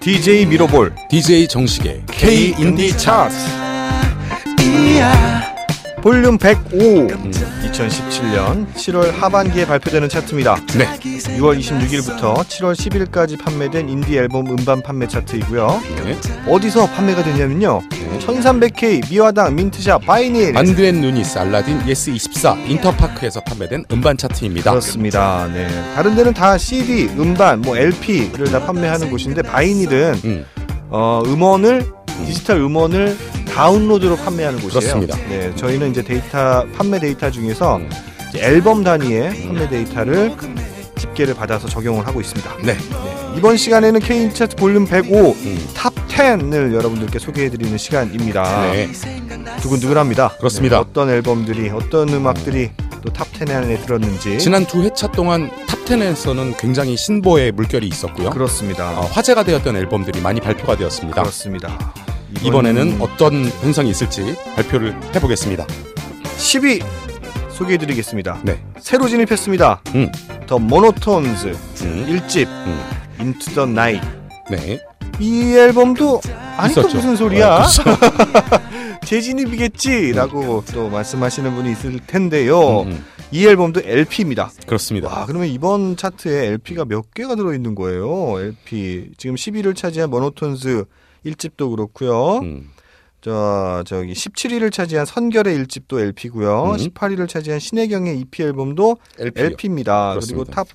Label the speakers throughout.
Speaker 1: DJ 미로볼
Speaker 2: DJ 정식의 K 인디 차트
Speaker 1: 볼륨 105 2017년 7월 하반기에 발표되는 차트입니다.
Speaker 2: 네
Speaker 1: 6월 26일부터 7월 10일까지 판매된 인디 앨범 음반 판매 차트이고요.
Speaker 2: 네.
Speaker 1: 어디서 판매가 되냐면요. 1300K 미화당 민트샵 바이닐
Speaker 2: 안드엔 누니스 알라딘 예스24 인터파크에서 판매된 음반 차트입니다
Speaker 1: 그렇습니다. 네. 다른 데는 다 CD, 음반, 뭐 LP를 다 판매하는 곳인데 바이닐은
Speaker 2: 음,
Speaker 1: 어, 음원을 디지털 음원을 다운로드로 판매하는 곳이에요.
Speaker 2: 그렇습니다.
Speaker 1: 네, 저희는 이제 데이터 판매 데이터 중에서
Speaker 2: 음.
Speaker 1: 이제 앨범 단위의 판매 데이터를 집계를 받아서 적용을 하고 있습니다.
Speaker 2: 네
Speaker 1: 이번 시간에는 K 차트 볼륨 105
Speaker 2: 음.
Speaker 1: 탑 10을 여러분들께 소개해 드리는 시간입니다.
Speaker 2: 네.
Speaker 1: 두근두근합니다.
Speaker 2: 그렇습니다.
Speaker 1: 네, 어떤 앨범들이 어떤 음악들이 또 탑 10 안에 들었는지
Speaker 2: 지난 두 회차 동안 탑10에서는 굉장히 신보의 물결이 있었고요
Speaker 1: 그렇습니다.
Speaker 2: 어, 화제가 되었던 앨범들이 많이 발표가 되었습니다
Speaker 1: 그렇습니다. 음.
Speaker 2: 이번에는 어떤 현상이 있을지 발표를 해보겠습니다
Speaker 1: 10위 소개해 드리겠습니다.
Speaker 2: 네
Speaker 1: 새로 진입했습니다.
Speaker 2: 음.
Speaker 1: 더 모노톤즈
Speaker 2: 음.
Speaker 1: 1집
Speaker 2: 음.
Speaker 1: Into the Night
Speaker 2: 네
Speaker 1: 이 앨범도 아니 또
Speaker 2: 있었죠.
Speaker 1: 무슨 소리야
Speaker 2: 어, 그렇죠.
Speaker 1: 재진입이겠지라고 또 말씀하시는 분이 있을 텐데요.
Speaker 2: 음, 음.
Speaker 1: 이 앨범도 LP입니다.
Speaker 2: 그렇습니다
Speaker 1: 와 그러면 이번 차트에 LP가
Speaker 2: 음.
Speaker 1: 몇 개가 들어있는 거예요? LP 지금 10위를 차지한 모노톤즈 1집도 그렇고요.
Speaker 2: 음.
Speaker 1: 저 저기 17위를 차지한 선결의 1집도 LP고요.
Speaker 2: 음.
Speaker 1: 18위를 차지한 신혜경의 EP 앨범도
Speaker 2: LP요.
Speaker 1: LP입니다. 그리고
Speaker 2: 그렇습니다.
Speaker 1: 탑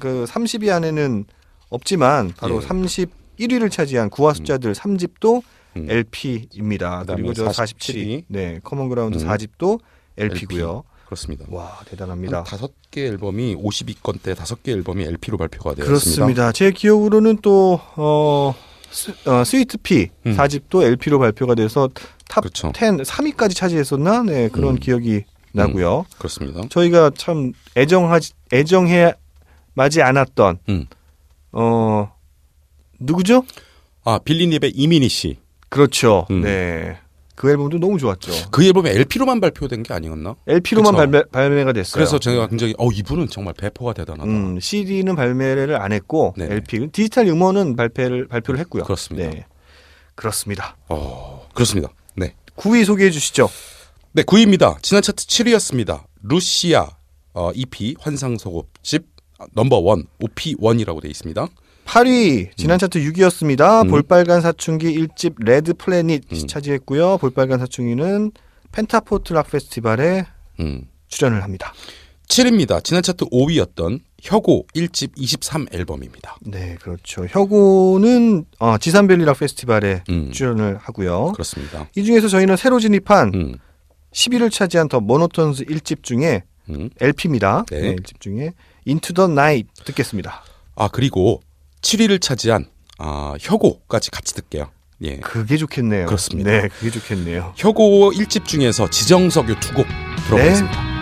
Speaker 1: 그 30위 안에는 없지만 바로
Speaker 2: 예.
Speaker 1: 31위를 차지한 구화 숫자들 3집도
Speaker 2: 음.
Speaker 1: LP입니다.
Speaker 2: 그다음에
Speaker 1: 그리고 저
Speaker 2: 47위.
Speaker 1: 47위 네 커먼 그라운드
Speaker 2: 음.
Speaker 1: 4집도 LP고요.
Speaker 2: 그렇습니다
Speaker 1: 와
Speaker 2: 한
Speaker 1: 대단합니다.
Speaker 2: 다섯 개 앨범이 52건대 다섯 개 앨범이 LP로 발표가 되었습니다.
Speaker 1: 그렇습니다. 제 기억으로는 또 어, 스, 위트피
Speaker 2: 음.
Speaker 1: 4집도 LP로 발표가 돼서 탑
Speaker 2: 그렇죠.
Speaker 1: 10, 3위까지 차지했었나? 네, 그런
Speaker 2: 음.
Speaker 1: 기억이 나고요.
Speaker 2: 그렇습니다.
Speaker 1: 저희가 참 애정하지 애정해 마지 않았던
Speaker 2: 음.
Speaker 1: 어 누구죠?
Speaker 2: 아 빌리닙의 이민희 씨.
Speaker 1: 그렇죠.
Speaker 2: 음.
Speaker 1: 네. 그 앨범도 너무 좋았죠.
Speaker 2: 그 앨범이 LP로만 발표된 게 아니었나?
Speaker 1: LP로만
Speaker 2: 그쵸.
Speaker 1: 발매, 발매가
Speaker 2: 그렇죠.
Speaker 1: 됐어요. 네.
Speaker 2: 그래서 제가 굉장히 어 이분은 정말 배포가 대단하다.
Speaker 1: 음, CD는 발매를 안 했고
Speaker 2: 네네.
Speaker 1: LP 디지털 음원은 발표를 발표를 했고요.
Speaker 2: 그렇습니다.
Speaker 1: 네. 그렇습니다.
Speaker 2: 어 그렇습니다. 네.
Speaker 1: 9위 소개해 주시죠.
Speaker 2: 네 9위입니다. 지난 차트 7위였습니다. 루시아 어, EP 환상소곡집 아, 넘버 원 OP 1이라고 돼 있습니다.
Speaker 1: 8위 지난 차트 6위였습니다.
Speaker 2: 음.
Speaker 1: 볼빨간 사춘기 1집 레드 플래닛 이 차지했고요. 볼빨간 사춘기는 펜타포트 락 페스티벌에
Speaker 2: 음.
Speaker 1: 출연을 합니다.
Speaker 2: 7위입니다. 지난 차트 5위였던 혁오 1집 23 앨범입니다.
Speaker 1: 네, 그렇죠. 혁오는 어, 지산별리락 페스티벌에
Speaker 2: 음.
Speaker 1: 출연을 하고요.
Speaker 2: 그렇습니다.
Speaker 1: 이 중에서 저희는 새로 진입한
Speaker 2: 음.
Speaker 1: 10위를 차지한 더 모노톤즈 1집 중에
Speaker 2: 음.
Speaker 1: LP입니다.
Speaker 2: 네.
Speaker 1: 1집 중에 Into the Night 듣겠습니다.
Speaker 2: 아 그리고 7위를 차지한 아, 혁오까지 같이 듣게요. 예.
Speaker 1: 그게 좋겠네요.
Speaker 2: 그렇습니다.
Speaker 1: 네, 그게 좋겠네요.
Speaker 2: 혁오 1집 중에서 지정석유 두 곡 들어보겠습니다.
Speaker 1: 네.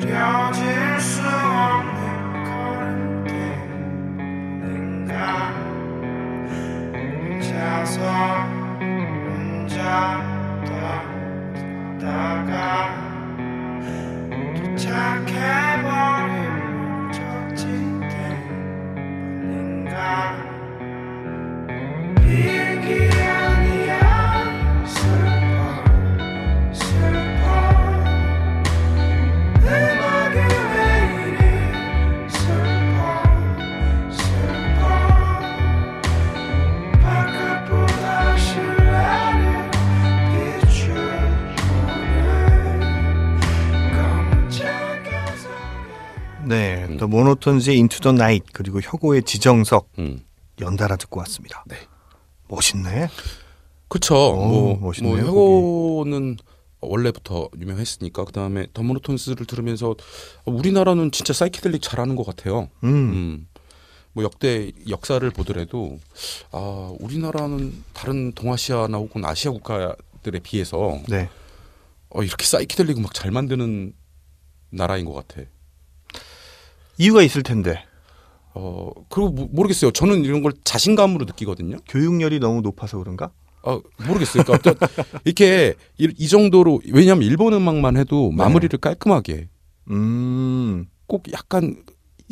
Speaker 3: 그려질 수 없는 걸음길 는가 혼자서 혼자 떠다가 도착해버린 목적지대 는가 비행기 아니야 슬퍼 슬퍼 음악이 왜 이리 슬퍼 슬퍼 바깥보다 실내를
Speaker 1: 네, 더 모노톤즈의 인투 더 나잇 그리고 혁오의 지정석
Speaker 2: 음.
Speaker 1: 연달아 듣고 왔습니다.
Speaker 2: 네. 멋있네.
Speaker 1: 멋있네.
Speaker 2: 그쵸.
Speaker 1: 어,
Speaker 2: 뭐, 뭐
Speaker 1: 멋있네요,
Speaker 2: 혁오는 원래부터 유명했으니까 그 다음에 더 모노톤스를 들으면서 우리나라는 진짜 사이키델릭 잘하는 것 같아요.
Speaker 1: 음.
Speaker 2: 음. 뭐 역대 역사를 보더라도 아 우리나라는 다른 동아시아나 혹은 아시아 국가들에 비해서
Speaker 1: 네.
Speaker 2: 어, 이렇게 사이키델릭 음악 잘 만드는 나라인 것 같아.
Speaker 1: 이유가 있을 텐데
Speaker 2: 어 그리고 모- 모르겠어요. 저는 이런 걸 자신감으로 느끼거든요.
Speaker 1: 교육열이 너무 높아서 그런가?
Speaker 2: 아 모르겠어요. 그러니까 어떤- 이렇게 이, 이 정도로 왜냐하면 일본 음악만
Speaker 1: 네.
Speaker 2: 해도 마무리를 깔끔하게
Speaker 1: 음.
Speaker 2: 꼭 약간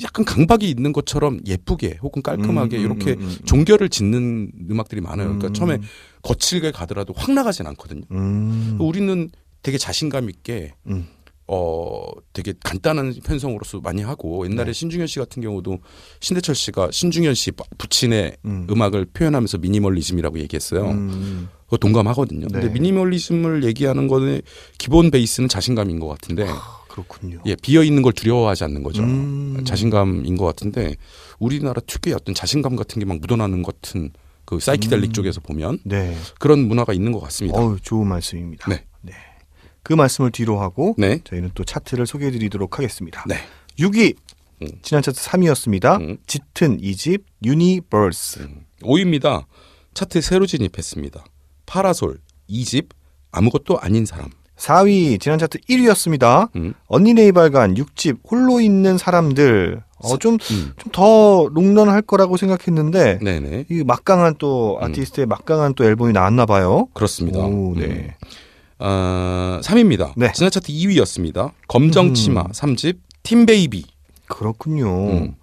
Speaker 2: 약간 강박이 있는 것처럼 예쁘게 혹은 깔끔하게
Speaker 1: 음, 음,
Speaker 2: 이렇게
Speaker 1: 음, 음.
Speaker 2: 종결을 짓는 음악들이 많아요. 그러니까
Speaker 1: 음.
Speaker 2: 처음에 거칠게 가더라도 확 나가진 않거든요.
Speaker 1: 음.
Speaker 2: 우리는 되게 자신감 있게
Speaker 1: 음.
Speaker 2: 어 되게 간단한 편성으로서 많이 하고
Speaker 1: 네.
Speaker 2: 옛날에 신중현 씨 같은 경우도 신대철 씨가 신중현 씨 부친의
Speaker 1: 음.
Speaker 2: 음악을 표현하면서 미니멀리즘이라고 얘기했어요.
Speaker 1: 음.
Speaker 2: 그거 동감하거든요.
Speaker 1: 네.
Speaker 2: 근데 미니멀리즘을 얘기하는 거는 기본 베이스는 자신감인 것 같은데
Speaker 1: 아, 그렇군요.
Speaker 2: 예, 비어 있는 걸 두려워하지 않는 거죠.
Speaker 1: 음.
Speaker 2: 자신감인 것 같은데 우리나라 특유의 어떤 자신감 같은 게 막 묻어나는 것 같은 그 사이키델릭
Speaker 1: 음.
Speaker 2: 쪽에서 보면
Speaker 1: 네.
Speaker 2: 그런 문화가 있는 것 같습니다.
Speaker 1: 어우, 좋은 말씀입니다.
Speaker 2: 네.
Speaker 1: 그 말씀을 뒤로 하고
Speaker 2: 네.
Speaker 1: 저희는 또 차트를 소개해 드리도록 하겠습니다.
Speaker 2: 네.
Speaker 1: 6위.
Speaker 2: 음.
Speaker 1: 지난 차트 3위였습니다.
Speaker 2: 음.
Speaker 1: 짙은 이집 유니버스.
Speaker 2: 5위입니다. 차트에 새로 진입했습니다. 파라솔, 이집, 아무것도 아닌 사람.
Speaker 1: 4위 지난 차트 1위였습니다.
Speaker 2: 음.
Speaker 1: 언니 네이발간 6집 홀로 있는 사람들. 어, 좀,
Speaker 2: 음.
Speaker 1: 좀 더 롱런할 거라고 생각했는데
Speaker 2: 네네. 음.
Speaker 1: 이 막강한 또 아티스트의 막강한 또 앨범이 나왔나 봐요.
Speaker 2: 그렇습니다.
Speaker 1: 오,
Speaker 2: 음.
Speaker 1: 네.
Speaker 2: 어, 3위입니다.
Speaker 1: 네.
Speaker 2: 지난 차트 2위였습니다. 검정치마
Speaker 1: 음.
Speaker 2: 3집, 팀베이비.
Speaker 1: 그렇군요.
Speaker 2: 음.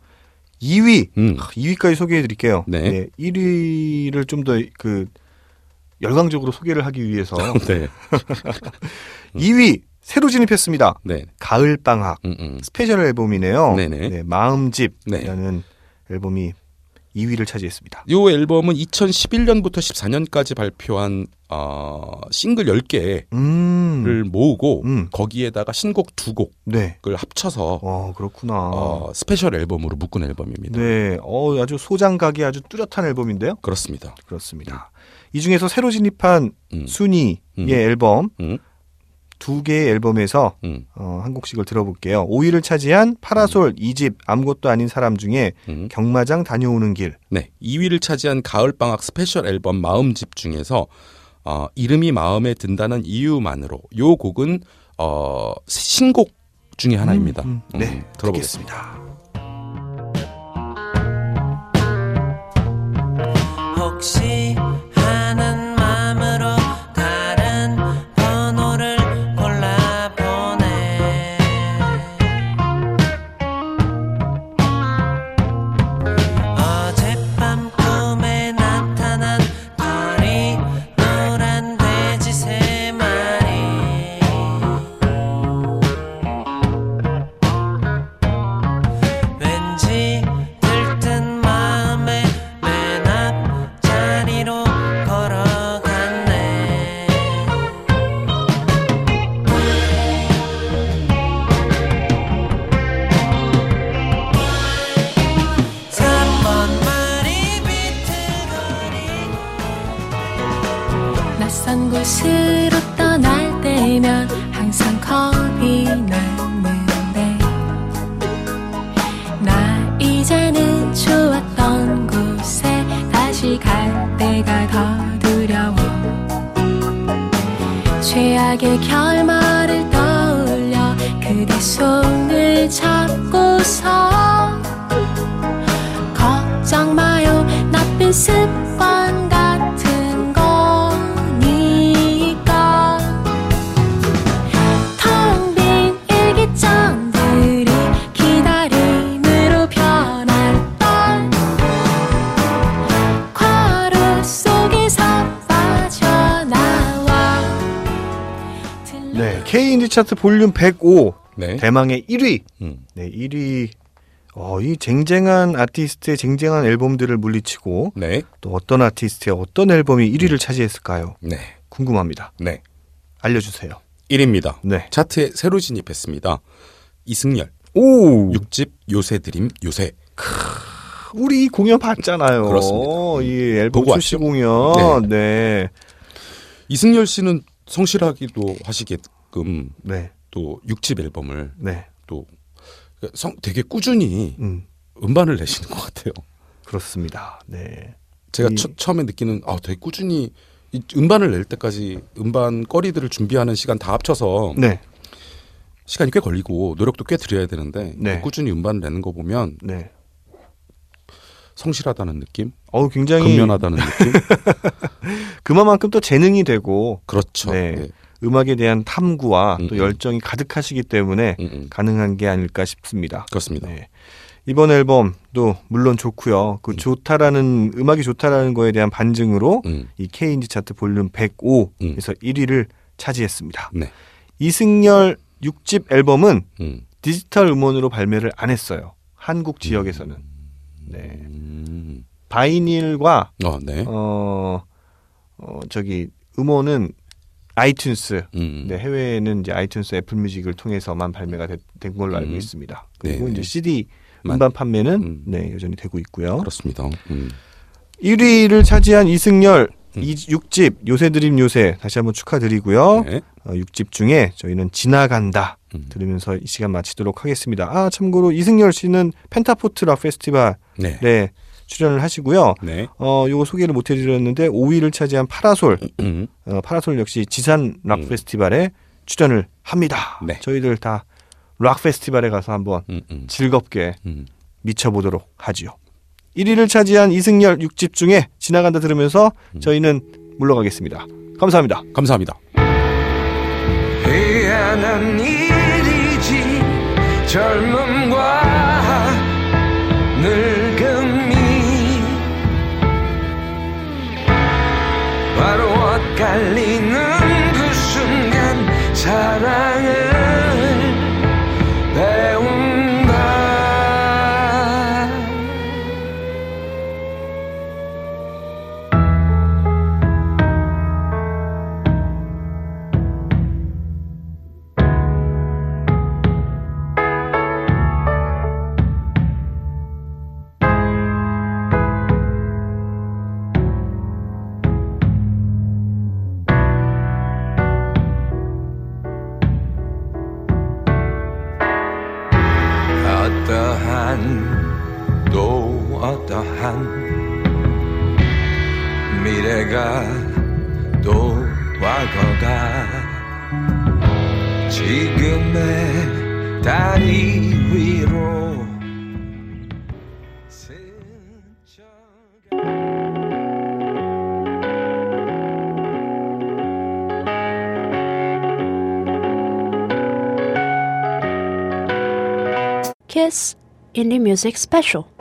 Speaker 1: 2위. 아,
Speaker 2: 음.
Speaker 1: 2위까지 소개해 드릴게요.
Speaker 2: 네.
Speaker 1: 1위를 좀 더 그 열광적으로 소개를 하기 위해서
Speaker 2: 네.
Speaker 1: 2위 새로 진입했습니다.
Speaker 2: 네.
Speaker 1: 가을 방학
Speaker 2: 음, 음.
Speaker 1: 스페셜 앨범이네요.
Speaker 2: 네네. 네.
Speaker 1: 네, 마음집이라는 앨범이 2위를 차지했습니다.
Speaker 2: 이 앨범은 2011년부터 14년까지 발표한 어, 싱글 10개를
Speaker 1: 음.
Speaker 2: 모으고
Speaker 1: 음.
Speaker 2: 거기에다가 신곡 두 곡을
Speaker 1: 네.
Speaker 2: 합쳐서
Speaker 1: 어, 그렇구나.
Speaker 2: 어, 스페셜 앨범으로 묶은 앨범입니다.
Speaker 1: 네. 어, 아주 소장각이 아주 뚜렷한 앨범인데요.
Speaker 2: 그렇습니다.
Speaker 1: 그렇습니다. 이 중에서 새로 진입한
Speaker 2: 음.
Speaker 1: 순이의
Speaker 2: 음.
Speaker 1: 앨범
Speaker 2: 음.
Speaker 1: 두 개의 앨범에서
Speaker 2: 음.
Speaker 1: 어, 한 곡씩을 들어볼게요. 5위를 차지한 파라솔 이 2집 아무것도 아닌 사람 중에
Speaker 2: 음.
Speaker 1: 경마장 다녀오는 길.
Speaker 2: 네. 2위를 차지한 가을방학 스페셜 앨범 마음집 중에서 어, 이름이 마음에 든다는 이유만으로 요 곡은 어, 신곡 중에 하나입니다.
Speaker 1: 음, 음. 네,
Speaker 2: 들어보겠습니다.
Speaker 4: 혹시 하는 마음으로 다른 번호를 골라보네 어젯밤 꿈에 나타난 별이 노란 돼지 세 마리 왠지 들뜬 마음에 맨 앞 자리로 걸어갔네 삼번 말이 비틀거리
Speaker 5: 낯선 곳으로 떠날 때면 항상 겁이 났는데 나 이제는 좋았던 곳에 다시 갈 때가 더 두려워 최악의 결말을 떠올려 그대 손을 잡고서 걱정 마요 나쁜 습관 같은 거니까 텅 빈 일기장들이 기다림으로 변할 걸 과로 속에서 빠져나와
Speaker 1: 네, K 인디 차트 볼륨 105
Speaker 2: 네.
Speaker 1: 대망의 1위.
Speaker 2: 음.
Speaker 1: 네, 1위. 어, 이 쟁쟁한 아티스트의 쟁쟁한 앨범들을 물리치고
Speaker 2: 네.
Speaker 1: 또 어떤 아티스트의 어떤 앨범이
Speaker 2: 음.
Speaker 1: 1위를 차지했을까요?
Speaker 2: 네.
Speaker 1: 궁금합니다.
Speaker 2: 네.
Speaker 1: 알려주세요.
Speaker 2: 1위입니다.
Speaker 1: 네.
Speaker 2: 차트에 새로 진입했습니다. 이승열,
Speaker 1: 오,
Speaker 2: 육집 요새 드림 요새
Speaker 1: 우리 이 공연 봤잖아요.
Speaker 2: 그렇습니다. 음.
Speaker 1: 이 앨범
Speaker 2: 보고
Speaker 1: 출시
Speaker 2: 왔죠.
Speaker 1: 공연. 네.
Speaker 2: 이승열 씨는 성실하기도 하시게끔
Speaker 1: 네.
Speaker 2: 또 육집 앨범을
Speaker 1: 네.
Speaker 2: 또 그러니까 성 되게 꾸준히
Speaker 1: 음.
Speaker 2: 음반을 내시는 것 같아요.
Speaker 1: 그렇습니다. 네.
Speaker 2: 제가
Speaker 1: 이-
Speaker 2: 처, 음에 느끼는 아 되게 꾸준히 이 음반을 낼 때까지 음반 거리들을 준비하는 시간 다 합쳐서
Speaker 1: 네.
Speaker 2: 시간이 꽤 걸리고 노력도 꽤 들여야 되는데
Speaker 1: 네.
Speaker 2: 꾸준히 음반 내는 거 보면
Speaker 1: 네.
Speaker 2: 성실하다는 느낌,
Speaker 1: 어우 굉장히
Speaker 2: 근면하다는 느낌
Speaker 1: 그만큼 또 재능이 되고
Speaker 2: 그렇죠.
Speaker 1: 네.
Speaker 2: 예.
Speaker 1: 음악에 대한 탐구와
Speaker 2: 음,
Speaker 1: 또
Speaker 2: 음.
Speaker 1: 열정이 가득하시기 때문에
Speaker 2: 음, 음.
Speaker 1: 가능한 게 아닐까 싶습니다.
Speaker 2: 그렇습니다.
Speaker 1: 네. 이번 앨범도 물론 좋고요. 그 좋다라는 음악이 좋다라는 거에 대한 반증으로
Speaker 2: 음.
Speaker 1: 이 K인지 차트 볼륨 105에서 1위를 차지했습니다.
Speaker 2: 네.
Speaker 1: 이승열 6집 앨범은
Speaker 2: 음.
Speaker 1: 디지털 음원으로 발매를 안 했어요. 한국 지역에서는. 네.
Speaker 2: 음.
Speaker 1: 바이닐과
Speaker 2: 어, 네.
Speaker 1: 어, 어 저기 음원은 아이튠스
Speaker 2: 음.
Speaker 1: 네, 해외에는 이제 아이튠스 애플 뮤직을 통해서만 발매가 되- 된 걸로 알고
Speaker 2: 음.
Speaker 1: 있습니다. 그리고
Speaker 2: 네.
Speaker 1: 이제 CD
Speaker 2: 만-
Speaker 1: 음반 판매는
Speaker 2: 음.
Speaker 1: 네, 여전히 되고 있고요.
Speaker 2: 그렇습니다. 음.
Speaker 1: 1위를 차지한 이승열 이 6집 요새 드림 요새 다시 한번 축하드리고요.
Speaker 2: 네.
Speaker 1: 어, 6집 중에 저희는 지나간다
Speaker 2: 음.
Speaker 1: 들으면서 이 시간 마치도록 하겠습니다. 아 참고로 이승열 씨는 펜타포트 락 페스티벌에
Speaker 2: 네.
Speaker 1: 출연을 하시고요.
Speaker 2: 네.
Speaker 1: 어, 요거 소개를 못 해드렸는데 5위를 차지한 파라솔
Speaker 2: 음.
Speaker 1: 어, 파라솔 역시 지산 락
Speaker 2: 음.
Speaker 1: 페스티벌에 출연을 합니다.
Speaker 2: 네.
Speaker 1: 저희들 다 락 페스티벌에 가서 한번
Speaker 2: 음. 음.
Speaker 1: 즐겁게
Speaker 2: 음.
Speaker 1: 미쳐보도록 하지요. 1위를 차지한 이승열 6집 중에 지나간다 들으면서
Speaker 2: 음.
Speaker 1: 저희는 물러가겠습니다. 감사합니다.
Speaker 2: 감사합니다.
Speaker 3: 희한한 일이지 젊음과 늙음이 바로 엇갈리는 그 순간 사랑을 배운다 어떠한 또 어떠한 미래가 또 과거가 지금의 다리 위로 스쳐가
Speaker 6: Kiss Indie Music Special.